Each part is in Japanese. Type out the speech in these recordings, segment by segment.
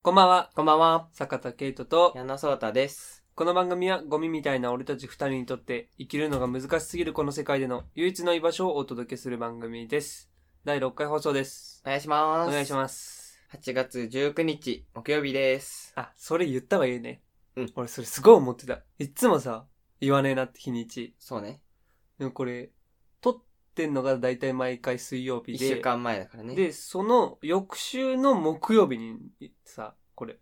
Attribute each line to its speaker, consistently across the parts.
Speaker 1: こんばんは、
Speaker 2: こんばんは。
Speaker 1: 坂田圭人と、
Speaker 2: 矢野聡太です。
Speaker 1: この番組はゴミみたいな俺たち二人にとって生きるのが難しすぎるこの世界での唯一の居場所をお届けする番組です。第6回放送です。
Speaker 2: お願いします。
Speaker 1: お願いし
Speaker 2: す。
Speaker 1: ます。
Speaker 2: 8月19日、木曜日です。
Speaker 1: あ、それ言ったわいいね。
Speaker 2: うん
Speaker 1: 俺それすごい思ってた。いっつもさ、言わねえなって日にち。
Speaker 2: そうね。
Speaker 1: でもこれ、撮ってんのが大体毎回水曜日
Speaker 2: 1
Speaker 1: で。
Speaker 2: 週間前だからね。
Speaker 1: で、その翌週の木曜日にさ、これ、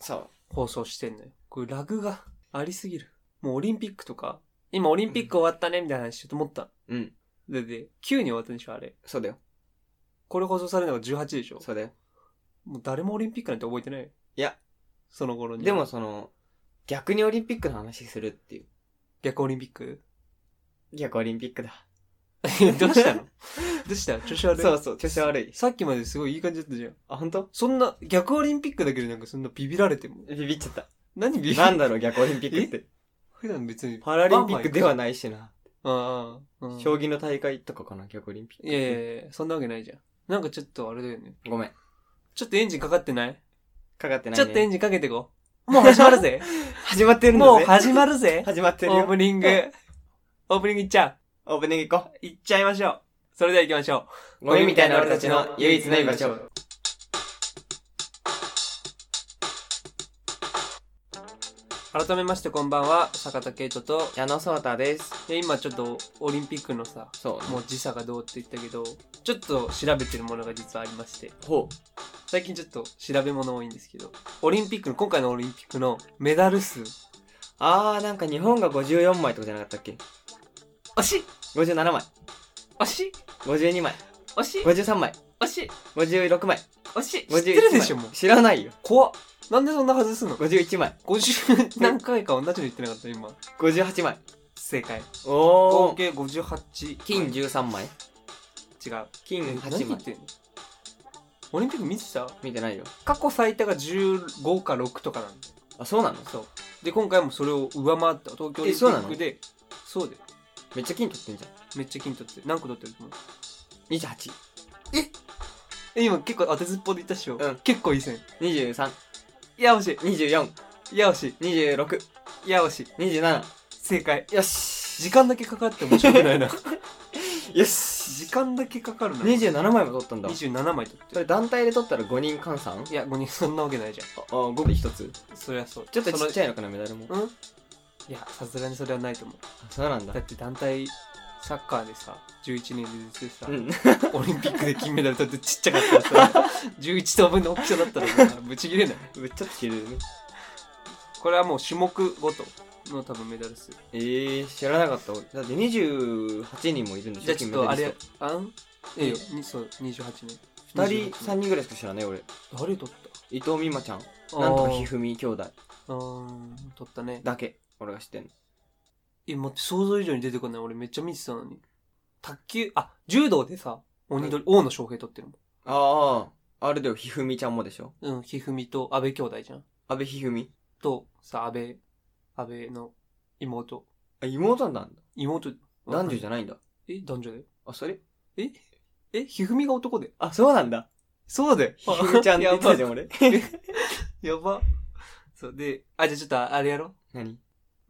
Speaker 2: そう。
Speaker 1: 放送してんのよ。これラグがありすぎる。もうオリンピックとか、今オリンピック終わったねみたいな話しようと思った
Speaker 2: うん。
Speaker 1: の。で、で、9に終わったんでしょ、あれ。
Speaker 2: そうだよ。
Speaker 1: これ放送されるのが18でしょ。
Speaker 2: そうだよ。
Speaker 1: もう誰もオリンピックなんて覚えてない
Speaker 2: いや、
Speaker 1: その頃に。
Speaker 2: でも、その、逆にオリンピックの話するっていう。
Speaker 1: 逆オリンピック
Speaker 2: 逆オリンピック だ。
Speaker 1: どうしたのどうした調子悪い
Speaker 2: そうそう、調子悪い。
Speaker 1: さっきまですごいいい感じだったじゃん。
Speaker 2: あ、ほんと
Speaker 1: そんな、逆オリンピックだけでなんかそんなビビられても。
Speaker 2: ビビっちゃった。
Speaker 1: 何ビビ
Speaker 2: なんだろう、逆オリンピックって。
Speaker 1: 普段別に。
Speaker 2: パラリンピックではないしな。
Speaker 1: ああ、うん。
Speaker 2: 将棋の大会とかかな、逆オリンピック。
Speaker 1: いやいやいや、そんなわけないじゃん。なんかちょっとあれだよね。
Speaker 2: ごめん。
Speaker 1: ちょっとエンジンかかってない
Speaker 2: かかってない、
Speaker 1: ちょ
Speaker 2: ね。
Speaker 1: っとエンジンかけてこう。もう始まる ぜ。
Speaker 2: 始まってるんだぜ。
Speaker 1: もう始まる ぜ。
Speaker 2: 始まってる
Speaker 1: オー
Speaker 2: よ。
Speaker 1: プニング。 オープニングいっちゃ
Speaker 2: オープニング行こ
Speaker 1: う。いっちゃいましょう。それでは行きましょ
Speaker 2: う。ゴミみたいな俺たちの唯一の居場所。
Speaker 1: う。改めましてこんばんは、坂田圭人と、
Speaker 2: 矢野聡太です。
Speaker 1: で今ちょっとオリンピックのさ、
Speaker 2: そう。
Speaker 1: もう時差がどうって言ったけど、ちょっと調べてるものが実はありまして、
Speaker 2: ほ
Speaker 1: 最近ちょっと調べ物多いんですけど、オリンピックの、今回のオリンピックのメダル数。
Speaker 2: あー、なんか日本が54枚とかじゃなかったっけ
Speaker 1: 惜しい
Speaker 2: ?57 枚、
Speaker 1: 惜しい
Speaker 2: 52枚、
Speaker 1: 惜しい
Speaker 2: 53枚、
Speaker 1: 惜しい
Speaker 2: 56枚、
Speaker 1: 惜しい知
Speaker 2: 51枚。
Speaker 1: ってるでしょ、もう。
Speaker 2: 知らないよ。
Speaker 1: 怖っ。なんでそんな外すの
Speaker 2: 51枚、
Speaker 1: 50何回か同じの言ってなかった今
Speaker 2: 58枚。
Speaker 1: 正解
Speaker 2: お
Speaker 1: 合
Speaker 2: ー。
Speaker 1: 計58
Speaker 2: 金13枚、
Speaker 1: 違う
Speaker 2: 金
Speaker 1: 何
Speaker 2: 8
Speaker 1: 言
Speaker 2: 枚
Speaker 1: っ。てんのオリンピック見てた
Speaker 2: 見てないよ。
Speaker 1: 過去最多が15か6とかなんだよ
Speaker 2: あ、そうなの
Speaker 1: そうで今回もそれを上回った東京オリン
Speaker 2: え
Speaker 1: ピ
Speaker 2: そうなの
Speaker 1: ックでそうだよ
Speaker 2: めっちゃ金取ってんじゃ。
Speaker 1: めっちゃ金取ってる何個取ってると思うん
Speaker 2: 28、
Speaker 1: え今結構当てずっぽうで言ったっしょ、
Speaker 2: うん
Speaker 1: 結構いい線
Speaker 2: 23、
Speaker 1: いや惜し
Speaker 2: 24、
Speaker 1: いいや惜し
Speaker 2: 26、
Speaker 1: いいや惜しい
Speaker 2: 27。
Speaker 1: 正解
Speaker 2: よし。
Speaker 1: 時間だけかかって面白くないな
Speaker 2: よし。
Speaker 1: 時間だけかかるな
Speaker 2: 27枚も取ったんだ。
Speaker 1: 27枚取って
Speaker 2: そ
Speaker 1: る
Speaker 2: れ団体で取ったら5人換算
Speaker 1: いや5人そんなわけないじゃん
Speaker 2: あ、5個で1つ。
Speaker 1: そりゃそう
Speaker 2: ちょっとちっち
Speaker 1: ゃい
Speaker 2: ゃいのかな、メダルも。
Speaker 1: うんいやさすがにそれはないと思う
Speaker 2: あそうなんだ
Speaker 1: だ。って団体サッカーでさ11年連続でさ、
Speaker 2: うん。
Speaker 1: オリンピックで金メダル取ってちっちゃかったらさ 11等分の大きさだったらもうぶち切れない
Speaker 2: ぶっちゃってるね。
Speaker 1: これはもう種目ごとの多分メダル数
Speaker 2: ええー、知らなかった。俺だって28人もいるんでしょ
Speaker 1: じゃあちょっとあれ
Speaker 2: 金
Speaker 1: あんええよにそう28年
Speaker 2: メダリスト
Speaker 1: 28
Speaker 2: 二人、3人ぐらいしか知らない、俺。
Speaker 1: 誰取っ
Speaker 2: 伊藤美誠ちゃん。
Speaker 1: た
Speaker 2: なんと
Speaker 1: あ
Speaker 2: か
Speaker 1: ー
Speaker 2: ひふみ兄弟
Speaker 1: うーん取ったね
Speaker 2: だけ。俺が知ってんの。
Speaker 1: え待って想像以上に出てこない俺めっちゃ見てたのに卓球あ柔道でさ鬼取り、大野翔平取ってるもん
Speaker 2: ああ、あれだよ、ひふみちゃんもでしょ。
Speaker 1: うん、ひふみと安倍兄弟じゃん。
Speaker 2: 安倍ひふみ。
Speaker 1: と、さ、安倍、安倍の妹。
Speaker 2: あ、妹なんだ。
Speaker 1: 妹、
Speaker 2: 男女じ
Speaker 1: ゃ
Speaker 2: ゃないんだ。
Speaker 1: え、男女だよ。
Speaker 2: あ、それ
Speaker 1: え、ひふみが男で。
Speaker 2: あ、そうなんだ。
Speaker 1: そうだよ。
Speaker 2: ひふみちゃんって言ってた じゃん、俺。
Speaker 1: やば。そう、で、あ、じゃあちょっとあれやろ
Speaker 2: 何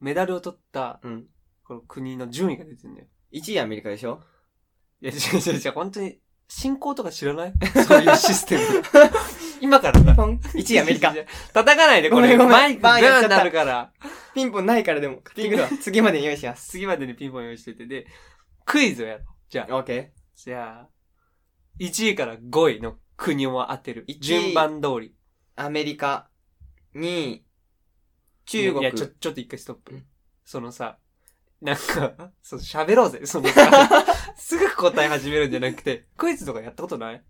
Speaker 1: メダルを取った、
Speaker 2: うん。
Speaker 1: この国の順位が出てんだよ。
Speaker 2: 1位アメリカでしょ
Speaker 1: いや、違う違う違う、本当に、進行とか知らないそういうシス テム。今からだ。
Speaker 2: !1 位アメ リカ。。
Speaker 1: 叩かないで、こ
Speaker 2: ごめ
Speaker 1: れ。
Speaker 2: んごめん
Speaker 1: マイク
Speaker 2: バーンやっち
Speaker 1: が
Speaker 2: ゃった
Speaker 1: なるから。
Speaker 2: ピンポンないからでも、買ってくるわ。次までに用意します。
Speaker 1: 次までにピンポン用意してて、で、クイズをやろう。じゃあ
Speaker 2: オ。ッケ
Speaker 1: じゃあ、1位から5位の国を当てる
Speaker 2: 1。位
Speaker 1: 順番通り。
Speaker 2: ー。アメリカ。2位。中国。
Speaker 1: いや、ちょ、ちょっと一回ストップ
Speaker 2: うん。
Speaker 1: そのさ、なんか、 そう、喋ろうぜ。その さ、すぐ答え始めるんじゃなくて、クイズとかやったことない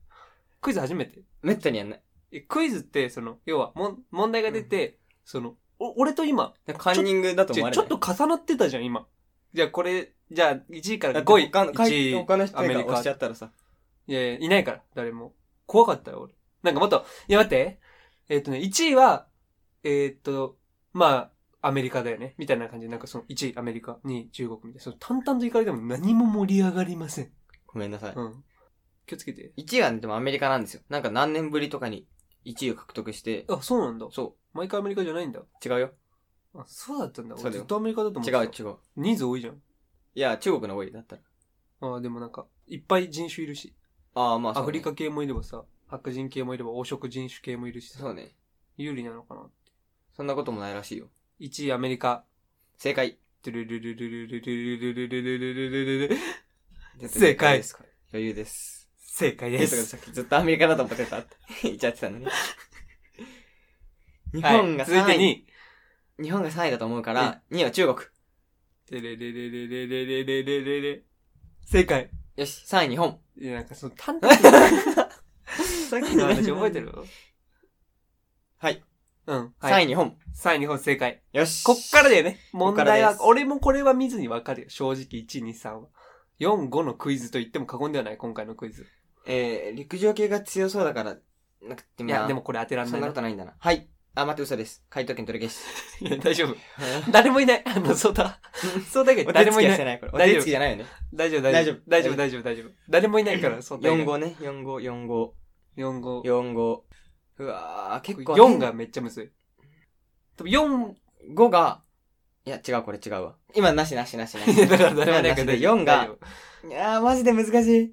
Speaker 1: クイズ初めて。
Speaker 2: めったにやんない。
Speaker 1: えクイズって、その、要は、もん、問題が出て、その、お、俺と今、
Speaker 2: カンニングだと
Speaker 1: ち
Speaker 2: 思わ
Speaker 1: ょ
Speaker 2: れ
Speaker 1: ち
Speaker 2: な
Speaker 1: ょ
Speaker 2: い
Speaker 1: っと重なってたじゃん、今。じゃあ、これ、じゃあ、1位か
Speaker 2: だ
Speaker 1: ら
Speaker 2: って
Speaker 1: 5位。
Speaker 2: 他の
Speaker 1: 1位。
Speaker 2: 他の人が
Speaker 1: アメリカ
Speaker 2: 押しちゃったらさ。
Speaker 1: いやいや、いないから、誰も。怖かったよ、俺。なんかもっと、いや待って。えっ、とね、1位は、えっ、と、まあ、アメリカだよね。みたいな感じで、なんかその1位アメリカ、2位中国みたいな。その淡々と行かれても何も盛り上がりません。
Speaker 2: ごめんなさい。
Speaker 1: うん。気をつけて。
Speaker 2: 1位はね、でもアメリカなんですよ。なんか何年ぶりとかに1位を獲得して、
Speaker 1: あ、そうなんだ。
Speaker 2: そ
Speaker 1: 毎回アメリカじゃないんだ。
Speaker 2: う、違うよ。
Speaker 1: あ、そうだったんだ。
Speaker 2: そ
Speaker 1: 俺
Speaker 2: うだ
Speaker 1: ず
Speaker 2: よ
Speaker 1: っとアメリカだと思っ
Speaker 2: 違
Speaker 1: てた。
Speaker 2: う違う。
Speaker 1: 人数多いじゃん。
Speaker 2: いや、中国の方がいいだったら。
Speaker 1: ああ、でもなんか、いっぱい人種いるし。
Speaker 2: ああ、まあそ
Speaker 1: ア
Speaker 2: う
Speaker 1: フ
Speaker 2: ね
Speaker 1: リカ系もいればさ、白人系もいれば、黄色人種系もいるしさ、
Speaker 2: そうね。
Speaker 1: 有利なのかな。
Speaker 2: そんなこともないらしいよ。
Speaker 1: 1位アメリカ。
Speaker 2: 正解。
Speaker 1: トゥ ルルルルルルルルルルルルルルルル
Speaker 2: 正解ですか余裕です。
Speaker 1: 正解
Speaker 2: え
Speaker 1: で
Speaker 2: っと
Speaker 1: す。
Speaker 2: さっきずっとアメリカだと思ってたって言っちゃってたのね。日
Speaker 1: はい
Speaker 2: 本が
Speaker 1: 続い
Speaker 2: 3
Speaker 1: て
Speaker 2: 位、
Speaker 1: 2位。
Speaker 2: 日本が3位だと思うから、2位は中国。
Speaker 1: トゥルルルルルルルルルルル正解。
Speaker 2: よし、3位日本。
Speaker 1: いや、なんかその、単単さっきの話覚えてる
Speaker 2: はい。
Speaker 1: うん。
Speaker 2: 3
Speaker 1: い。
Speaker 2: 位日本。
Speaker 1: 3位日本正解。
Speaker 2: よし。
Speaker 1: こっからだよね。問題
Speaker 2: こっからで
Speaker 1: は、
Speaker 2: す
Speaker 1: 俺もこれは見ずにわかるよ。正直、1、2、3は。4、5のクイズと言っても過言ではない、今回のクイズ。
Speaker 2: えー、陸上系が強そうだから、なくて
Speaker 1: い
Speaker 2: も
Speaker 1: や、でもこれ当てらん
Speaker 2: そ
Speaker 1: ない
Speaker 2: んな
Speaker 1: な
Speaker 2: こ。とないんだな。はい。あ、待って、嘘です。回答権取り消し。
Speaker 1: いや 大丈夫。誰もいない。あの、そうだ。そうだけど、
Speaker 2: 誰
Speaker 1: 誰
Speaker 2: も
Speaker 1: も
Speaker 2: い
Speaker 1: い
Speaker 2: な。
Speaker 1: ないい。
Speaker 2: これ。お
Speaker 1: 大
Speaker 2: 手
Speaker 1: 丈夫
Speaker 2: つきじゃないよね。
Speaker 1: 大丈夫、大丈夫。
Speaker 2: 大
Speaker 1: 大
Speaker 2: 丈
Speaker 1: 丈
Speaker 2: 夫
Speaker 1: 夫、大丈夫、大丈夫。誰もいないから、そう
Speaker 2: 4、5ね。4、5、4、5。
Speaker 1: 4、5。
Speaker 2: 4、5。うわー、結構。
Speaker 1: 4がめっちゃむずい。多分4、
Speaker 2: 5が、いや、違う、これ違うわ。今、なしなしなしなし。
Speaker 1: いやだから誰もいないから
Speaker 2: 今なしで
Speaker 1: 大丈夫
Speaker 2: 4が
Speaker 1: 大丈、
Speaker 2: いやー、マジで難しい。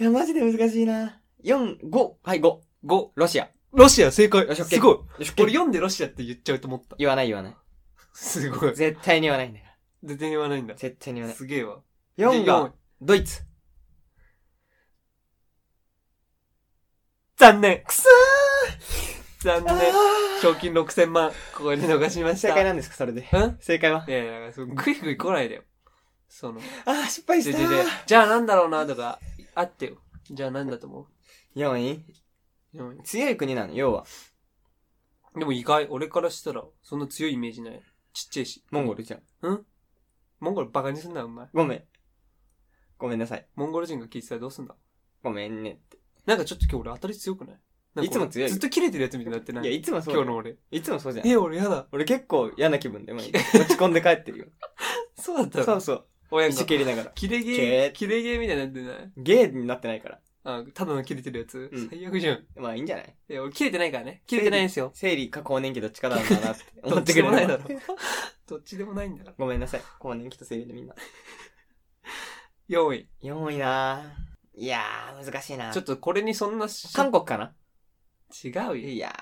Speaker 2: いや、マジで難しいな。4、5。はい、5。
Speaker 1: 夫5。
Speaker 2: ロシア。
Speaker 1: ロシア正解
Speaker 2: よし OK
Speaker 1: すごい。
Speaker 2: よし、
Speaker 1: 俺4でロシアって言っちゃうと思った。
Speaker 2: 言わない言わない。
Speaker 1: すごい。
Speaker 2: 絶対に言わないんだよ。
Speaker 1: 全然言わないんだ。
Speaker 2: 絶対に言わ
Speaker 1: すげえわ。
Speaker 2: ない。4
Speaker 1: で
Speaker 2: が、ドイツ。
Speaker 1: 残念。
Speaker 2: くそ
Speaker 1: 残
Speaker 2: ー
Speaker 1: 念。賞金6000万。ここで逃しまし
Speaker 2: 正
Speaker 1: た。
Speaker 2: 解なんですか、それで。
Speaker 1: うん。
Speaker 2: 正解はい
Speaker 1: やいや、そうグイグイ来ないでよ。その、
Speaker 2: あー、失敗
Speaker 1: じ
Speaker 2: し
Speaker 1: ゃじ
Speaker 2: た
Speaker 1: ゃじゃ
Speaker 2: ー。
Speaker 1: じゃあなんだろうなとか、あってよ。じゃあなんだと思
Speaker 2: 4位
Speaker 1: うでも
Speaker 2: 強い国なの、要は。
Speaker 1: でも意外、俺からしたら、そんな強いイメージない。ちっちゃいし。
Speaker 2: モンゴルじゃん。
Speaker 1: モンゴルバカにすんな、お前。
Speaker 2: ごめん。ごめんなさい。
Speaker 1: モンゴル人が聞いてたらどうすんだ
Speaker 2: ごめんねって。
Speaker 1: なんかちょっと今日俺当たり強くないなんか俺
Speaker 2: いつも強い
Speaker 1: ずっと切れてるやつみたいになってない
Speaker 2: いや、いつもそう
Speaker 1: 今
Speaker 2: だ
Speaker 1: 日
Speaker 2: よ。
Speaker 1: の俺。
Speaker 2: いつもそうじゃん。
Speaker 1: え、俺やだ。
Speaker 2: 俺結構嫌な気分で、毎日落ち込んで帰ってるよ。
Speaker 1: そうだったの
Speaker 2: そうそう。
Speaker 1: 親が
Speaker 2: 石蹴りながら。
Speaker 1: キレゲ
Speaker 2: け
Speaker 1: ー、キレゲーみたいになってない
Speaker 2: ゲーになってないから。
Speaker 1: あ、ただの切れてるやつ、
Speaker 2: うん
Speaker 1: 最悪じゃん。
Speaker 2: まあいいんじゃない
Speaker 1: いや、俺切れてないからね。切れてないんですよ。
Speaker 2: 生理か更年期どっちかなんだなって思
Speaker 1: ど
Speaker 2: っ
Speaker 1: ってち
Speaker 2: くれ
Speaker 1: で
Speaker 2: る
Speaker 1: も
Speaker 2: の
Speaker 1: ないだろ。どっちでもないんだから。
Speaker 2: ごめんなさい。更年期と生理のみんな。
Speaker 1: 4位。
Speaker 2: 4位なぁ。いやー、難しいなぁ
Speaker 1: ちょっとこれにそんなし、
Speaker 2: 韓国かな
Speaker 1: 違うよ。
Speaker 2: いや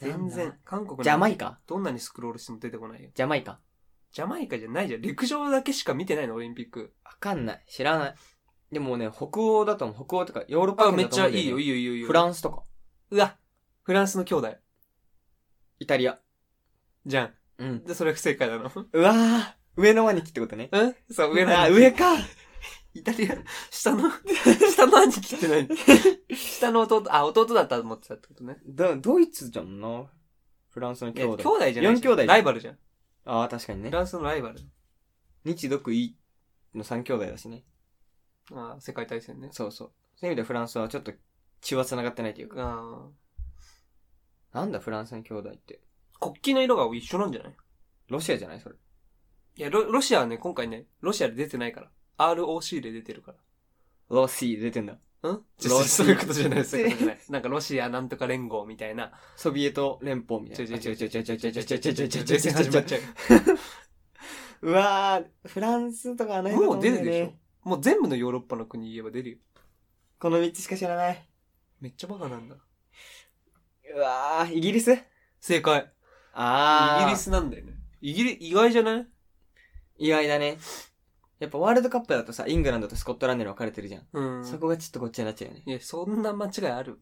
Speaker 2: ー。
Speaker 1: 全然。。韓国の
Speaker 2: ジャマイカ
Speaker 1: どんなにスクロールしても出てこないよ。
Speaker 2: ジャマイカ。
Speaker 1: ジャマイカじゃないじゃん。陸上だけしか見てないの、オリンピック。
Speaker 2: わかんない。知らない。でもね、北欧だと思う。北欧とか、ヨーロッパ
Speaker 1: あ、
Speaker 2: 圏
Speaker 1: めっ
Speaker 2: だと
Speaker 1: ち
Speaker 2: 思
Speaker 1: ゃ
Speaker 2: うんだ
Speaker 1: いいよ、
Speaker 2: ね
Speaker 1: いいよ、いいよいいよ。
Speaker 2: フランスとか、
Speaker 1: うわ、フランスの兄弟。
Speaker 2: イタリア。
Speaker 1: じゃん。
Speaker 2: うん。
Speaker 1: で、それ不正解なの。
Speaker 2: うわー。上の兄貴ってことね。
Speaker 1: うんそう、上の
Speaker 2: あ、
Speaker 1: 兄貴。
Speaker 2: 上か。
Speaker 1: イタリア、下の、下の兄貴って 何下の弟、あ、弟だったと思ってたってことね。
Speaker 2: だドイツじゃんな。フランスの
Speaker 1: い
Speaker 2: 兄
Speaker 1: や兄
Speaker 2: 弟。
Speaker 1: 弟じゃない
Speaker 2: 四兄弟じゃん
Speaker 1: ライバルじゃん。
Speaker 2: ああ、確かにね
Speaker 1: フ。ランスのライバル。
Speaker 2: 日独イの三兄弟だしね。
Speaker 1: ああ、世界大戦ね。
Speaker 2: そうそう。そういう意味ではフランスはちょっと血は繋がってないというか。
Speaker 1: ああ。
Speaker 2: なんだフランスの兄弟って。
Speaker 1: 国旗の色が一緒なんじゃない
Speaker 2: ロシアじゃないそれ。
Speaker 1: いやロ、ロシアはね、今回ね、ロシアで出てないから。ROC で出てるか
Speaker 2: ロシー出てんだ。
Speaker 1: ら。ん
Speaker 2: ロシア
Speaker 1: そういうことじゃない、そういうことじゃない。なんかロシアなんとか連合みたいな。
Speaker 2: ソビエト連邦みた
Speaker 1: ちょ
Speaker 2: い
Speaker 1: ち
Speaker 2: な。
Speaker 1: ょちょちょちょちょちょちょちょちょちょちょちょちょ
Speaker 2: う
Speaker 1: ちょ
Speaker 2: わー、フランスとかはないと思
Speaker 1: も
Speaker 2: ん
Speaker 1: う
Speaker 2: だ
Speaker 1: 出
Speaker 2: よ
Speaker 1: るでしょ
Speaker 2: ね。
Speaker 1: もう全部のヨーロッパの国言えば出るよ。
Speaker 2: この3つしか知らない。
Speaker 1: めっちゃバカなんだ。
Speaker 2: うわー、イギリス
Speaker 1: 正解。
Speaker 2: あー。
Speaker 1: イギリ。スなんだよね。イギリ、意外じゃない
Speaker 2: 意外だね。やっぱワールドカップだとさ、イングランドとスコットランドに分かれてるじゃん。
Speaker 1: うん。
Speaker 2: そこがちょっとごっちゃになっちゃうよね。
Speaker 1: いや、そんな間違いある。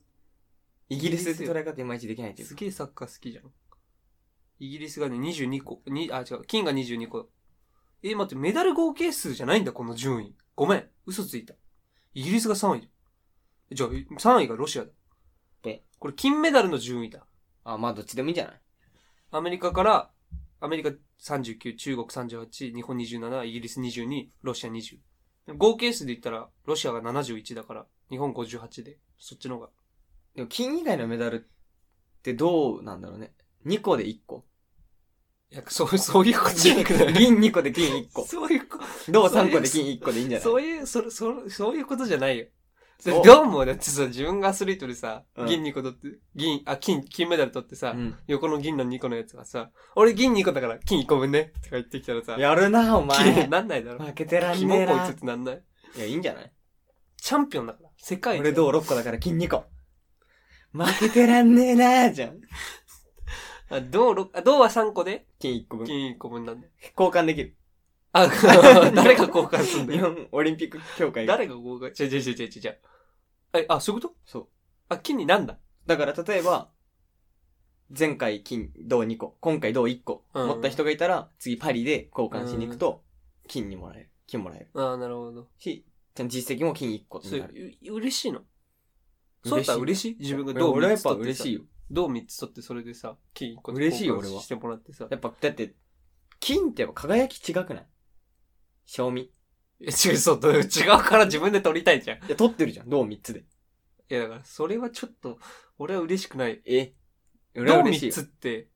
Speaker 2: イギリスって捉え方いまいちできないという
Speaker 1: す
Speaker 2: か。
Speaker 1: げえサッカー好きじゃん。イギリスがね、22個。にあ、違う。金が22個。え、待って、メダル合計数じゃないんだ、この順位。ごめん。嘘ついた。イギリスが3位じゃん。じゃあ、3位がロシアだ。
Speaker 2: で
Speaker 1: これ金メダルの順位だ。
Speaker 2: あ、まあどっちでもいいんじゃない
Speaker 1: アメリカから、アメリカ39、中国38、日本27、イギリス22、ロシア20。合計数で言ったら、ロシアが71だから、日本58で、そっちの方が。
Speaker 2: でも金以外のメダルってどうなんだろうね。2個で1個。
Speaker 1: いや、そう、そういうことじゃな くない
Speaker 2: 銀2個で金1個。
Speaker 1: そういうこ
Speaker 2: 銅3個で金1個でいいんじゃ
Speaker 1: と、
Speaker 2: な
Speaker 1: そう
Speaker 2: い
Speaker 1: いう、それ、それ、そういうことじゃないよ。それ
Speaker 2: お
Speaker 1: どうも、だってさ、自分がアスリートでさ
Speaker 2: う、ん
Speaker 1: 銀2個取って、銀、あ、金、金メダル取ってさ、
Speaker 2: うん
Speaker 1: 横の銀の2個のやつがさ、俺銀2個だから金1個分ね、とか言ってきたらさ、
Speaker 2: やるな、お
Speaker 1: 綺麗に
Speaker 2: 前。
Speaker 1: なんないだろ。
Speaker 2: 負けてらん
Speaker 1: キ
Speaker 2: ねえ
Speaker 1: モこい
Speaker 2: な
Speaker 1: つっ。てなんない。
Speaker 2: いや、いいんじゃない
Speaker 1: チャンピオンだから。世界一
Speaker 2: 俺どう ?6 個だから金2個。負けてらんねえな、じゃん。
Speaker 1: あ、銅ろあ、銅は3個で、
Speaker 2: 金1個分。
Speaker 1: 金1個分なんだよ。
Speaker 2: 交換で きる。
Speaker 1: あ、誰が交換すんだ
Speaker 2: 日
Speaker 1: よ。
Speaker 2: 本オリンピック協会が。
Speaker 1: 誰が交換違う違う違う違う違う。え、あ、そういうこと
Speaker 2: そう。
Speaker 1: あ、金になんだ
Speaker 2: だから例えば、前回金、銅2個、今回銅1個、
Speaker 1: うん
Speaker 2: 持った人がいたら、次パリで交換しに行くと、金にもらえる。金もらえる。
Speaker 1: あーなるほど。
Speaker 2: し、ちゃんと実績も金1個
Speaker 1: そ
Speaker 2: に
Speaker 1: う、
Speaker 2: なる。
Speaker 1: う嬉しいの。そうたら嬉しい自分が
Speaker 2: 俺
Speaker 1: 銅
Speaker 2: 俺
Speaker 1: 3
Speaker 2: はやっ
Speaker 1: つ
Speaker 2: ぱ
Speaker 1: 取って
Speaker 2: 嬉
Speaker 1: さ
Speaker 2: しいよ。
Speaker 1: 銅3つ取ってそれでさ、金1個
Speaker 2: 嬉しいよ俺は
Speaker 1: してもらってさ。
Speaker 2: やっぱ、だって、金ってやっぱ輝き違くない賞味。
Speaker 1: いや違う、そう、どう違うから自分で取りたいじゃん。い
Speaker 2: いや、取ってるじゃん、銅3つで。
Speaker 1: や、だから、それはちょっと、俺は嬉しくない。
Speaker 2: え俺は
Speaker 1: 銅
Speaker 2: 嬉し
Speaker 1: 3
Speaker 2: いよ
Speaker 1: つ。って、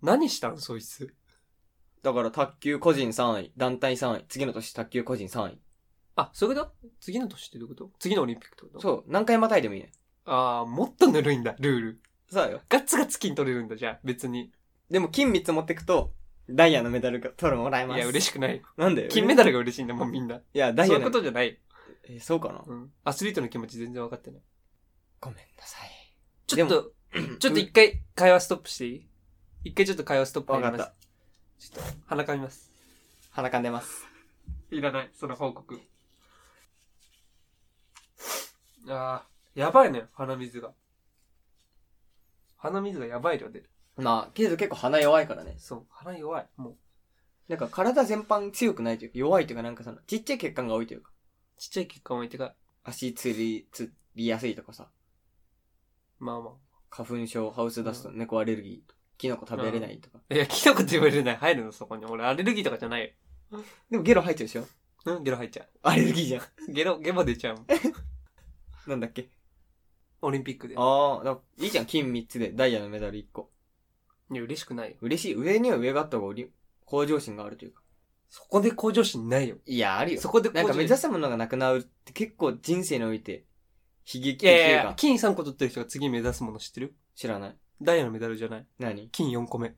Speaker 1: 何したんそいつ。
Speaker 2: だから卓球個人3位、団体3位、次の年卓球個人3位。
Speaker 1: あ、そういうこと次の年ってどういうこと次のオリンピックってことう。
Speaker 2: そう、何回またいでもいいね。
Speaker 1: あー、もっとぬるいんだ、ルール。
Speaker 2: そうよ。
Speaker 1: ガッツガツ金取れるんだ、じゃあ、別に。
Speaker 2: でも金3つ持ってくと、ダイヤのメダルが取るもらえ
Speaker 1: い
Speaker 2: ます。
Speaker 1: や、嬉しくない。
Speaker 2: なんで
Speaker 1: 金メダルが嬉しいんだ、もうみんな。
Speaker 2: いや、ダイ
Speaker 1: そう
Speaker 2: ヤ
Speaker 1: いうこ
Speaker 2: の。
Speaker 1: とじゃない。
Speaker 2: え、そうかな
Speaker 1: うん。アスリートの気持ち全然分かってない。
Speaker 2: ごめんなさい。
Speaker 1: ちょっと、ちょっと一回会話ストップしていい一回ちょっと会話ストップ入ります。
Speaker 2: わか
Speaker 1: ちょっと、鼻かみます。
Speaker 2: 鼻かんでます。
Speaker 1: いらない、その報告。ああ、やばいね、鼻水が。鼻水がやばい量出る。
Speaker 2: まあ、けど結構鼻弱いからね。
Speaker 1: そう、鼻弱い、もう。
Speaker 2: なんか体全般強くないというか、弱いというか、なんかその、ちっちゃい血管が多いというか、
Speaker 1: ちっちゃい血管置いてか、
Speaker 2: 足つり、つりやすいとかさ、
Speaker 1: まあま
Speaker 2: 花粉症、ハウスダスト、猫アレルギーとか、キノコ食べれないとか。
Speaker 1: あ。いや、キノコって言われるない、入るの、そこに。俺、アレルギーとかじゃないよ。
Speaker 2: でもゲロ入ってるでしょ
Speaker 1: うん、ゲロ入っちゃ
Speaker 2: アレルギーじゃん。
Speaker 1: う。ゲロ、ゲロ出ちゃうもん。
Speaker 2: なんだっけ
Speaker 1: オリンピックで。
Speaker 2: ああ、だいいじゃん、金3つで、ダイヤのメダル1個。
Speaker 1: いや、嬉しくないよ。
Speaker 2: 嬉しい。上には上があった方がおり、向上心があるというか。
Speaker 1: そこで向上心ないよ。
Speaker 2: いや、あるよ。
Speaker 1: そこで向
Speaker 2: なん
Speaker 1: 上
Speaker 2: か
Speaker 1: 心
Speaker 2: 目指すものがなくなるって結構人生において、悲劇
Speaker 1: い
Speaker 2: 的と
Speaker 1: やい
Speaker 2: い
Speaker 1: や
Speaker 2: う
Speaker 1: いや
Speaker 2: か、
Speaker 1: 金3個取ってる人が次目指すもの知ってる
Speaker 2: 知らない。
Speaker 1: ダイヤのメダルじゃない。
Speaker 2: 何
Speaker 1: 金4個目。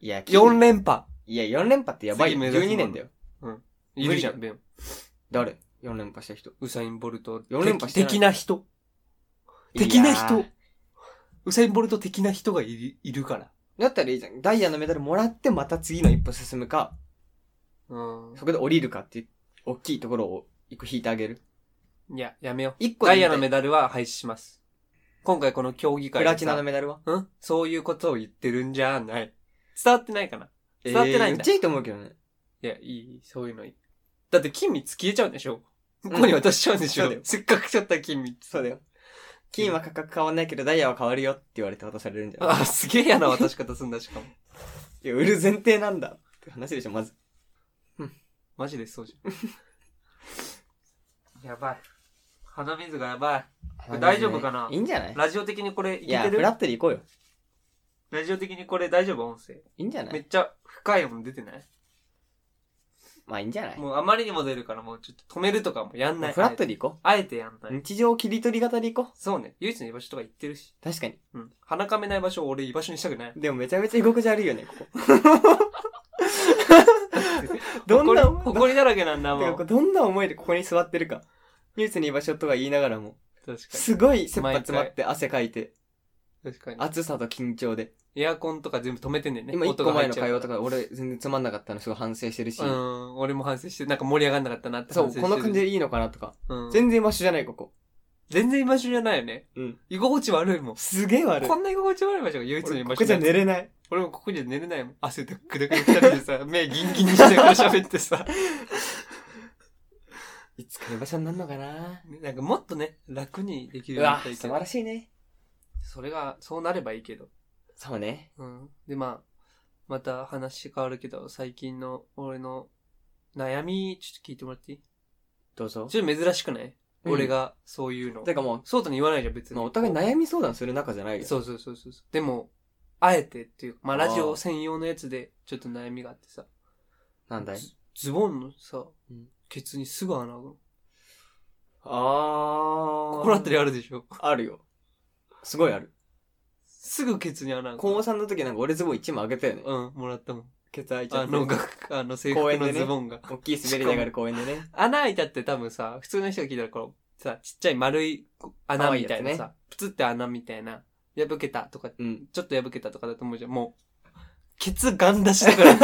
Speaker 2: いや、
Speaker 1: 4
Speaker 2: 連。
Speaker 1: 連覇。
Speaker 2: いや、4連覇ってやばいよ。
Speaker 1: 次目指すもの
Speaker 2: 12年だよ。
Speaker 1: いるじゃん、ベン。
Speaker 2: 誰 ?4 連覇した人。
Speaker 1: ウサイン・ボルト。
Speaker 2: 四連覇してない
Speaker 1: 的な人。的ない人
Speaker 2: や。
Speaker 1: ウサイン・ボルト的な人がいるいるから。
Speaker 2: ーだったらいいじゃん。ダイヤのメダルもらってまた次の一歩進むか、
Speaker 1: うん
Speaker 2: そこで降りるかっていう、大きいところを一個引いてあげる。
Speaker 1: いや、やめよ
Speaker 2: 一
Speaker 1: う。
Speaker 2: 個
Speaker 1: ダイヤのメ
Speaker 2: メ
Speaker 1: ダルは廃止します。今回この競技
Speaker 2: ダ
Speaker 1: 会で
Speaker 2: ル。プ
Speaker 1: さ
Speaker 2: ラチナのメダルは
Speaker 1: うんそういうことを言ってるんじゃない。伝わってないかな伝わってないん
Speaker 2: めっ
Speaker 1: だ。
Speaker 2: ちゃいいと思うけどね。
Speaker 1: いや、いいいい、そういうのいい。だって金3つ消えちゃうんでしょ向こうに渡しちゃうんでしょ、
Speaker 2: そうだよ
Speaker 1: せっかくちゃった金3つ。
Speaker 2: そうだよ。金は価格変わんないけど、ダイヤは変わるよって言われて渡されるんじゃない
Speaker 1: あ、すげえ嫌な渡し方すんだ、し かも。
Speaker 2: いや、売る前提なんだ。って話でしょ、まず。
Speaker 1: マジでそうじ ゃん。やばい。鼻水がやばい。これ大丈夫かない
Speaker 2: いんじゃない
Speaker 1: ラジオ的にこれい
Speaker 2: い
Speaker 1: け
Speaker 2: や、
Speaker 1: て
Speaker 2: フ
Speaker 1: る
Speaker 2: ラットで行こうよ。
Speaker 1: ラジオ的にこれ大丈夫音声。
Speaker 2: いいんじゃな
Speaker 1: め
Speaker 2: い
Speaker 1: っちゃ深い音出てない
Speaker 2: まあいいんじゃないも
Speaker 1: もうあまりにも出るからもうちょっと止めるとかもやんな
Speaker 2: う
Speaker 1: い。
Speaker 2: フラットで行こ
Speaker 1: あえてやんな
Speaker 2: う。
Speaker 1: い。
Speaker 2: 日常切り取り型で行こ
Speaker 1: そうね。唯一の居場所とか言ってるし。
Speaker 2: う。確かに。
Speaker 1: うん。鼻かめない場所を俺居場所にしたくない。
Speaker 2: でもめちゃめちゃ居心地悪いよね、ここ。 どんな
Speaker 1: ほこりほこりだらけなんだも
Speaker 2: てか
Speaker 1: ん。
Speaker 2: こう
Speaker 1: 確
Speaker 2: どんな思いでここに座ってるか。ニュースに居場所とか言いながらも、
Speaker 1: かに。
Speaker 2: すごい切羽詰まって汗かいて、
Speaker 1: 確かに。
Speaker 2: 暑さと緊張で。
Speaker 1: エアコンとか全部止めてんねんね。
Speaker 2: 今一
Speaker 1: 音
Speaker 2: 個
Speaker 1: が
Speaker 2: 前
Speaker 1: 入っ
Speaker 2: の
Speaker 1: ちゃう
Speaker 2: 会話とか俺全然つまんなかったのすごい反省してるし
Speaker 1: う、ん。俺も反省して、なんか盛り上がんなかったなって
Speaker 2: そ
Speaker 1: 反省し
Speaker 2: う、
Speaker 1: て
Speaker 2: この感じ
Speaker 1: る。
Speaker 2: でいいのかなとか。
Speaker 1: うん。
Speaker 2: 全然場所じゃない、ここ。
Speaker 1: 全然居場所じゃないよね。
Speaker 2: うん。
Speaker 1: 居心地悪いもん。
Speaker 2: すげえ悪い
Speaker 1: こ。んな居心地悪い場所が唯一の
Speaker 2: 俺
Speaker 1: 居
Speaker 2: こ
Speaker 1: 場
Speaker 2: こ
Speaker 1: 所
Speaker 2: じ
Speaker 1: だ
Speaker 2: ゃ
Speaker 1: よ
Speaker 2: 寝れない。
Speaker 1: 俺もここじゃ寝れないもん。汗だくだくに二人でさ、 目ギンギンにしながら喋ってさ。
Speaker 2: いつか居場所になるのかな
Speaker 1: なんかもっとね、楽にでき
Speaker 2: う
Speaker 1: るようにな、っ
Speaker 2: わ
Speaker 1: たらいい
Speaker 2: 素
Speaker 1: け
Speaker 2: 晴
Speaker 1: ど。
Speaker 2: らしいね。
Speaker 1: それが、そうなればいいけど。
Speaker 2: そうね。
Speaker 1: うん。で、まあ、また話変わるけど、最近の俺の悩み、ちょっと聞いてもらっていい
Speaker 2: どうぞ。
Speaker 1: ちょっと珍しくない、
Speaker 2: うん
Speaker 1: 俺がそういうの。
Speaker 2: てかも
Speaker 1: そうとに言わないじゃん、別
Speaker 2: う、
Speaker 1: に。
Speaker 2: まあお互い悩み相談する仲じゃないよ。
Speaker 1: そうそうそうそうそう。でも、あえてっていうか、まあ
Speaker 2: あー
Speaker 1: ラジオ専用のやつで、ちょっと悩みがあってさ。
Speaker 2: なんだい
Speaker 1: ズズボンのさ
Speaker 2: うん、
Speaker 1: ケツにすぐ穴が開くの。
Speaker 2: あー。
Speaker 1: 心当たりあるでしょ。
Speaker 2: あるよ。すごいある。
Speaker 1: すぐケツに穴が。
Speaker 2: 高3の時なんか俺ズボン1枚あげたよね。
Speaker 1: うん、もらったもん。
Speaker 2: ケツ開いちゃ
Speaker 1: あ
Speaker 2: ってる
Speaker 1: の、。学あの、制服
Speaker 2: 公園で
Speaker 1: の
Speaker 2: ね
Speaker 1: ズボンが。
Speaker 2: 大きい滑り台がある公園でね。
Speaker 1: 穴開いたって多分さ、普通の人が聞いたらこう、さ、ちっちゃい丸いこう穴みたいな
Speaker 2: 可愛いや
Speaker 1: さ、プツって穴みたいな、破けたとか、
Speaker 2: うん。
Speaker 1: ちょっと破けたとかだと思うじゃん。もう、ケツガン出しだ から。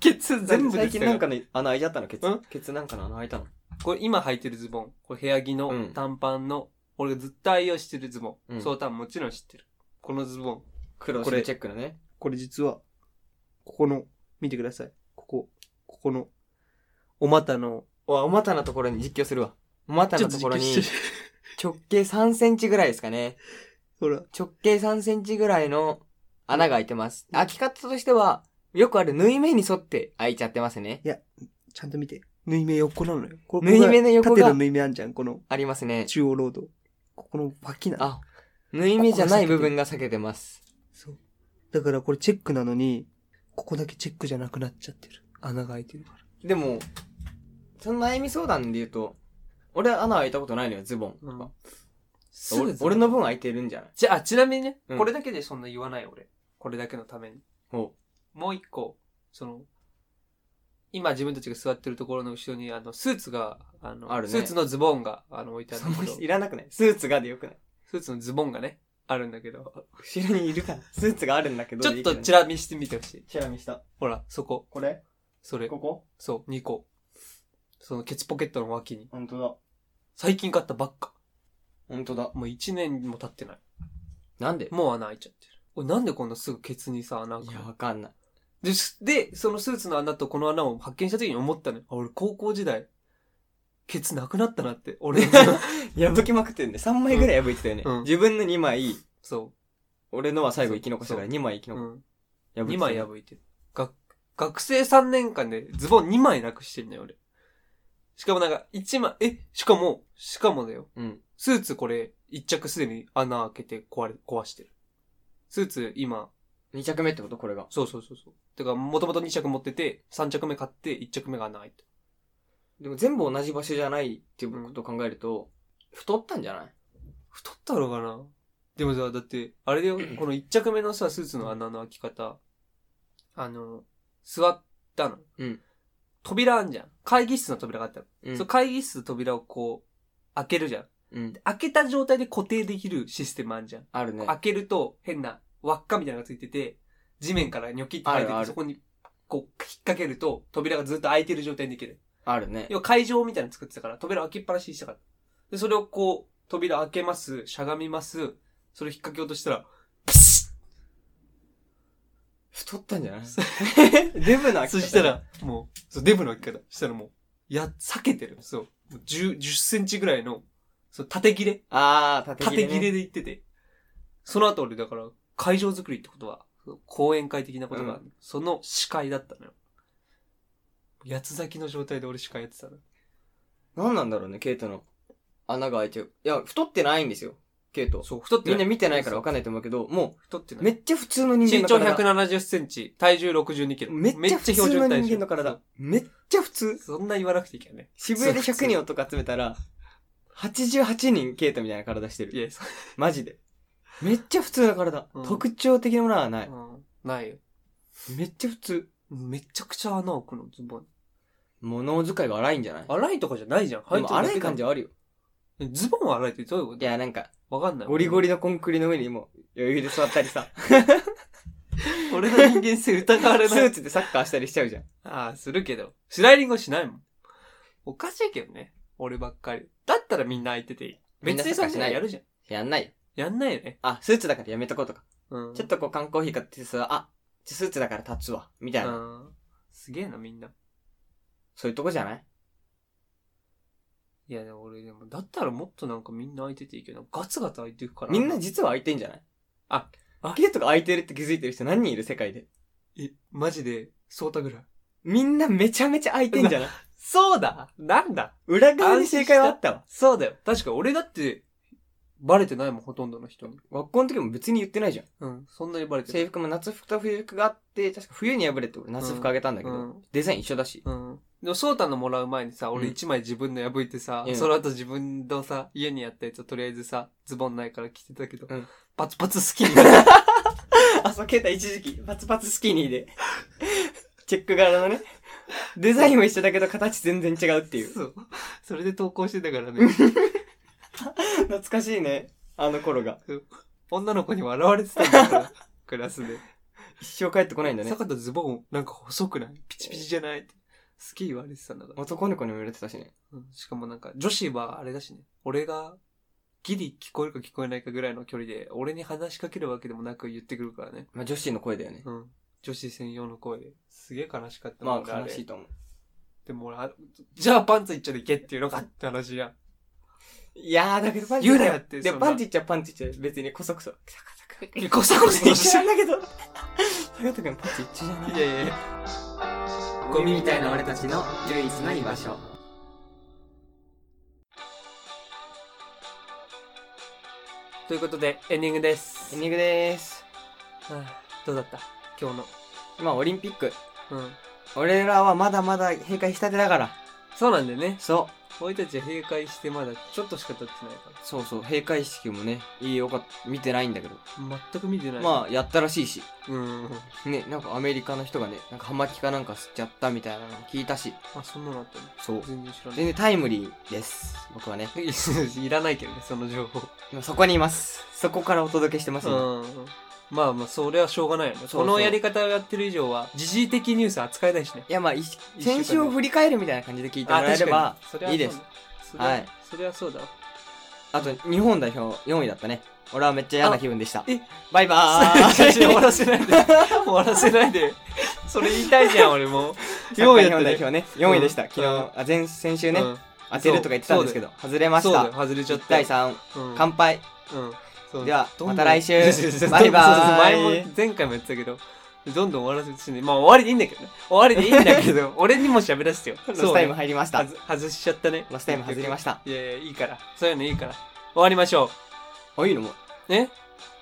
Speaker 1: ケツ全部
Speaker 2: 最
Speaker 1: 出し
Speaker 2: 近
Speaker 1: た
Speaker 2: なん
Speaker 1: か。
Speaker 2: からの穴開いちゃったのケツ
Speaker 1: うん。
Speaker 2: ケツなんかの穴開いたの。
Speaker 1: これ今履いてるズボン、これ部屋着
Speaker 2: う
Speaker 1: の
Speaker 2: ん
Speaker 1: 短パンの、俺がずっと愛用してるズボン。
Speaker 2: うん
Speaker 1: そう、多分もちろん知ってる。このズボン。
Speaker 2: 黒
Speaker 1: これ
Speaker 2: 白チェックのね。
Speaker 1: これ実は、ここの、見てください。ここ、ここの、お股の、
Speaker 2: わ、お股のところに実況するわ。お股のところに
Speaker 1: 実況してる
Speaker 2: 直径3センチぐらいですかね。
Speaker 1: ほら。
Speaker 2: 直径3センチぐらいの穴が開いてます。開き方としては、よくある縫い目に沿って開いちゃってますね。
Speaker 1: ちゃんと見て。縫い目横なのよ。こ
Speaker 2: 縫い目の横が
Speaker 1: 縦の縫い目あんじゃん。この
Speaker 2: ありますね。
Speaker 1: 中央ロード。ここの脇なの。
Speaker 2: あ、縫い目じゃない部分が避けてます。
Speaker 1: そう。だからこれチェックなのに、ここだけチェックじゃなくなっちゃってる。穴が開いてるから。
Speaker 2: でも、その悩み相談で言うと、俺は穴開いたことないのよ、ズボン。
Speaker 1: うんす
Speaker 2: 俺俺の分開いてるんじゃない
Speaker 1: じゃあ、ちなみにね、
Speaker 2: うん
Speaker 1: これだけでそんな言わない俺。これだけのために。
Speaker 2: ほ
Speaker 1: もう一個、その、今自分たちが座ってるところの後ろに、あの、スーツが、あの、
Speaker 2: あるね
Speaker 1: スーツのズボンが、あの、置いてある
Speaker 2: そ
Speaker 1: んだ
Speaker 2: の
Speaker 1: けど
Speaker 2: いらなくないスーツがでよくない
Speaker 1: スーツのズボンがね、あるんだけど、
Speaker 2: 後ろにいるから。スーツがあるんだけど。
Speaker 1: ちょっとチ
Speaker 2: ら、
Speaker 1: ラ見してみてほしい。
Speaker 2: チラ見した。
Speaker 1: ほら、そこ、
Speaker 2: これ
Speaker 1: それ、
Speaker 2: ここ
Speaker 1: そう、2個。そのケツポケットの脇に。
Speaker 2: ほんとだ。
Speaker 1: 最近買ったばっか。
Speaker 2: ほんとだ。
Speaker 1: もう1年も経ってない。
Speaker 2: なんで
Speaker 1: もう穴開いちゃってる。俺なんでこんなすぐケツにさ、穴開く
Speaker 2: い
Speaker 1: の
Speaker 2: や、わかんない。
Speaker 1: で、すで、そのスーツの穴とこの穴を発見した時に思ったね。あ、俺高校時代、ケツなくなったなって。俺の、
Speaker 2: 破きまくってんで、3枚ぐらい破いてたよね。
Speaker 1: うん
Speaker 2: 自分の2枚、
Speaker 1: そ
Speaker 2: 俺のは最後生き残したから2枚生き
Speaker 1: う。う
Speaker 2: 残っ
Speaker 1: ん。
Speaker 2: た。
Speaker 1: 2
Speaker 2: 破
Speaker 1: 枚
Speaker 2: いてた
Speaker 1: 破いてる。が学生3年間でズボン2枚なくしてんね俺。しかもなんか、1枚、え、しかも、しかもだよ。
Speaker 2: うん。
Speaker 1: スーツこれ、1着すでに穴開けて壊れ、壊してる。スーツ今、
Speaker 2: 2着目ってことこれが。
Speaker 1: そうそうそうそう。てか、もともと2着持ってて、3着目買って、1着目が穴開いた。
Speaker 2: でも全部同じ場所じゃないっていうことを考えると、太ったんじゃない
Speaker 1: 太ったのかなでもさ、だって、あれ だよ、この1着目のさ、スーツの穴の開き方、あの、座ったの。
Speaker 2: うん
Speaker 1: 扉あんじゃん。会議室の扉があったの。
Speaker 2: うん
Speaker 1: そう会議室の扉をこう、開けるじゃん。
Speaker 2: うん。
Speaker 1: 開けた状態で固定できるシステムあんじゃん。
Speaker 2: あるね。
Speaker 1: 開けると変な輪っかみたいなのがついてて、地面からニョキって入って
Speaker 2: あるあ
Speaker 1: て、
Speaker 2: る
Speaker 1: そこにこう引っ掛けると扉がずっと開いてる状態にできる。
Speaker 2: あるね。
Speaker 1: 要は会場みたいなの作ってたから、扉開きっぱなしにしたから。で、それをこう、扉開けます、しゃがみます、それ引っ掛けようとしたら、ピシ
Speaker 2: 太ったんじゃない
Speaker 1: そ
Speaker 2: デブの
Speaker 1: ッ
Speaker 2: 開き
Speaker 1: そ
Speaker 2: 方
Speaker 1: した。ら、もう、そう、デブの開き方。したらもう、や、避けてる。そう。もう10、10センチぐらいの、そう、縦切れ
Speaker 2: あー、
Speaker 1: 縦
Speaker 2: 縦
Speaker 1: 切
Speaker 2: 切
Speaker 1: れ
Speaker 2: れね。
Speaker 1: で行ってて。その後俺、だから、会場作りってことは、そう講演会的なことがある、その司会だったのよ。八つ咲きの状態で俺司会やってたの。
Speaker 2: 何なんだろうね、ケイトの穴が開いてる。いや、太ってないんですよ、ケイト。
Speaker 1: そう、太って
Speaker 2: み
Speaker 1: な。
Speaker 2: んない見てないから分かんないと思うけど、も
Speaker 1: 太ってな
Speaker 2: う、
Speaker 1: い
Speaker 2: め。っちゃ普通の人間
Speaker 1: 身
Speaker 2: の
Speaker 1: 長
Speaker 2: 体。
Speaker 1: 170センチ、体重62キロ。
Speaker 2: めっちゃ普通の人間の体。めっちゃ普通。
Speaker 1: そんな言わなくていいけどね。
Speaker 2: 渋谷で100人男集めたら、88人ケイトみたいな体して
Speaker 1: い
Speaker 2: る。
Speaker 1: や、そ
Speaker 2: マジで。めっちゃ普通な体。
Speaker 1: うん
Speaker 2: 特徴的なものはない。
Speaker 1: うん。ないよ。
Speaker 2: めっちゃ普通。
Speaker 1: めちゃくちゃ穴開くの、ズボン。
Speaker 2: 物遣いが荒いんじゃない
Speaker 1: 荒いとかじゃないじゃん。
Speaker 2: でも荒い感
Speaker 1: じ。
Speaker 2: じはあるよ。
Speaker 1: ズボンは荒いってどういうこ
Speaker 2: いや、なんか、
Speaker 1: とわかんない。
Speaker 2: ゴリゴ
Speaker 1: リ。
Speaker 2: リのコンクリの上にもう余裕で座った りさ、
Speaker 1: 俺の人間性疑われ
Speaker 2: ス
Speaker 1: な
Speaker 2: ー
Speaker 1: い。
Speaker 2: ツでサッカーしたりしちゃうじゃん。
Speaker 1: ああ、するけど。スライディングはしないもん。おかしいけどね。俺ばっかり。だったらみんな空いてていい。
Speaker 2: みんな
Speaker 1: 別にそんなのやるじゃん。
Speaker 2: やんないよ。
Speaker 1: やんないよね。
Speaker 2: あ、スーツだからやめとこうとか。
Speaker 1: うん。
Speaker 2: ちょっとこう缶コーヒー買ってさ、あ、じゃあスーツだから立つわ。みたいな。
Speaker 1: うん。すげえな、みんな。
Speaker 2: そういうとこじゃない
Speaker 1: いや、でも俺でも、だったらもっとなんかみんな空いてていいけど、ガツガツ空いていくから。
Speaker 2: みんな実は空いてんじゃない
Speaker 1: あ、あ
Speaker 2: ゲートが空いてるって気づいてる人何人いる世界で。
Speaker 1: え、マジで、そうたぐらい。
Speaker 2: みんなめちゃめちゃ空いてんじゃ ない
Speaker 1: そうだなんだ
Speaker 2: 裏側に正解はあったわ。
Speaker 1: そうだよ。確か俺だって、バレてないもん、ほとんどの人に。
Speaker 2: 学校の時も別に言ってないじゃん。
Speaker 1: うん、そんなにバレてない。
Speaker 2: 制服も夏服と冬服があって、確か冬に破れて俺夏服あげたんだけど、
Speaker 1: うん
Speaker 2: デザイン一緒だし。
Speaker 1: うん。でも、翔太のもらう前にさ、俺
Speaker 2: うん
Speaker 1: 一枚自分の破いてさ、
Speaker 2: うん
Speaker 1: その後自分のさ、家にあったやつをとりあえずさ、ズボンないから着てたけど、
Speaker 2: うん
Speaker 1: パツパツ好きになった。
Speaker 2: あ、そう、ケンタ一時期、パツパツスキニーで。 チェック柄のね。デザインも一緒だけど、形全然違うっていう。
Speaker 1: そう。それで投稿してたからね、
Speaker 2: 懐かしいね。あの頃が。
Speaker 1: 女の子にも笑われてたんだから、クラスで。
Speaker 2: 一生帰ってこないんだね。
Speaker 1: 坂田ズボン、なんか細くないピチピチじゃないって。好き言われてたんだから。
Speaker 2: 男の子にも言われてたしね。
Speaker 1: うんしかもなんか、女子はあれだしね、俺が、ギリ聞こえるか聞こえないかぐらいの距離で、俺に話しかけるわけでもなく言ってくるからね。
Speaker 2: まあ、女子の声だよね。
Speaker 1: うん。女子専用の声で。すげえ悲しかったな
Speaker 2: ま
Speaker 1: 俺
Speaker 2: あ、
Speaker 1: れ
Speaker 2: 悲しいと思う。
Speaker 1: でも俺あじゃあパンツいっちゃでいけっていうのかって話 やん。
Speaker 2: いやー、だけどパンチ
Speaker 1: 言うなよって
Speaker 2: で
Speaker 1: そ
Speaker 2: も
Speaker 1: んな
Speaker 2: パンチいっちゃパンチいっちゃ別にこそこそ。サカサカ。
Speaker 1: こそこそ
Speaker 2: 一緒なんだけど。サカタ君パンチいっちゃじゃない
Speaker 1: いやいやいや。
Speaker 2: ゴミみたいな俺たちの唯一の居場所。
Speaker 1: ということで、エンディングです。
Speaker 2: エンディングでーす。
Speaker 1: はあどうだった今日
Speaker 2: 今、オリンピック。
Speaker 1: の。うん。
Speaker 2: 俺らはまだまだ閉会したてだから。
Speaker 1: そうなんだよね。
Speaker 2: そ
Speaker 1: 俺たちは閉会してまだちょっとしか経ってないか
Speaker 2: う。そうそう、閉会式もね、いいよかった。見てないんだけど。
Speaker 1: ら。全く見てない。
Speaker 2: まあ、やったらしいし。
Speaker 1: あ。うん。
Speaker 2: ね、なんかアメリカの人がね、なんか葉巻かなんか吸っちゃったみたいなのも聞いたし。
Speaker 1: あ、そんなのあったね。
Speaker 2: そう。
Speaker 1: 全然知らない
Speaker 2: 全然タイムリーです。僕はね。
Speaker 1: いらないけどね、その情報。
Speaker 2: 今そこにいます。そこからお届けしてます、今
Speaker 1: うん。まあまあ、それはしょうがないよね。
Speaker 2: うそう
Speaker 1: このやり方をやってる以上は、時事的ニュース扱えないしね。
Speaker 2: いや、まあ、いし
Speaker 1: 一週間
Speaker 2: 先週を振り返るみたいな感じで聞いてもらえれば
Speaker 1: 確か、に
Speaker 2: いいです。。
Speaker 1: それはそうだ
Speaker 2: はい
Speaker 1: それはそうだわ。
Speaker 2: あと、日本代表4位だったね。俺はめっちゃ嫌な気分でした。
Speaker 1: え
Speaker 2: バイバーイ
Speaker 1: 終わ らせないで。終わらせないで。それ言いたいじゃん、俺も。
Speaker 2: 日本
Speaker 1: 4位
Speaker 2: 日
Speaker 1: やっ
Speaker 2: 本
Speaker 1: たね
Speaker 2: 代表。ね、4位でした。
Speaker 1: うん
Speaker 2: 昨日、あ前先週
Speaker 1: う
Speaker 2: ね、
Speaker 1: ん
Speaker 2: 当てるとか言ってたんですけど、外れまし
Speaker 1: そうだよ、
Speaker 2: た。
Speaker 1: 外れちゃった。
Speaker 2: 第3、
Speaker 1: うん
Speaker 2: 乾杯。
Speaker 1: うんそう
Speaker 2: では
Speaker 1: どん どん
Speaker 2: また来週
Speaker 1: そうそうそう
Speaker 2: バイバーイ
Speaker 1: そうそう前も前回も言ってたけどどんどん終わらせてほしいねまあ終わりでいいんだけどね終わりでいいんだけ ど俺にも喋らせてよ
Speaker 2: ロスタイム入りました。
Speaker 1: 外外しちゃったね
Speaker 2: ロスタイム外れま
Speaker 1: し
Speaker 2: した。
Speaker 1: たいやいやいいからそういうのいいから終わりましょ
Speaker 2: あ、いいのもう
Speaker 1: うえ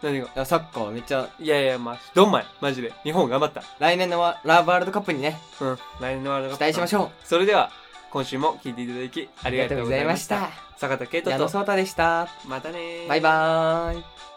Speaker 1: 何が
Speaker 2: いやサッカーはめっちゃ、
Speaker 1: いやいやまあどんまいマジで日本頑張った
Speaker 2: 来年のワラーワールドカップにね、
Speaker 1: うん来年のワールド
Speaker 2: 期
Speaker 1: カップ
Speaker 2: 待しましょう。
Speaker 1: それでは今週も聞いていただきあ
Speaker 2: あ
Speaker 1: りがとうございました
Speaker 2: りがとうございま
Speaker 1: 坂田圭
Speaker 2: した矢
Speaker 1: 人
Speaker 2: 野
Speaker 1: と
Speaker 2: 聡太でした。
Speaker 1: またねー
Speaker 2: バイバーイ。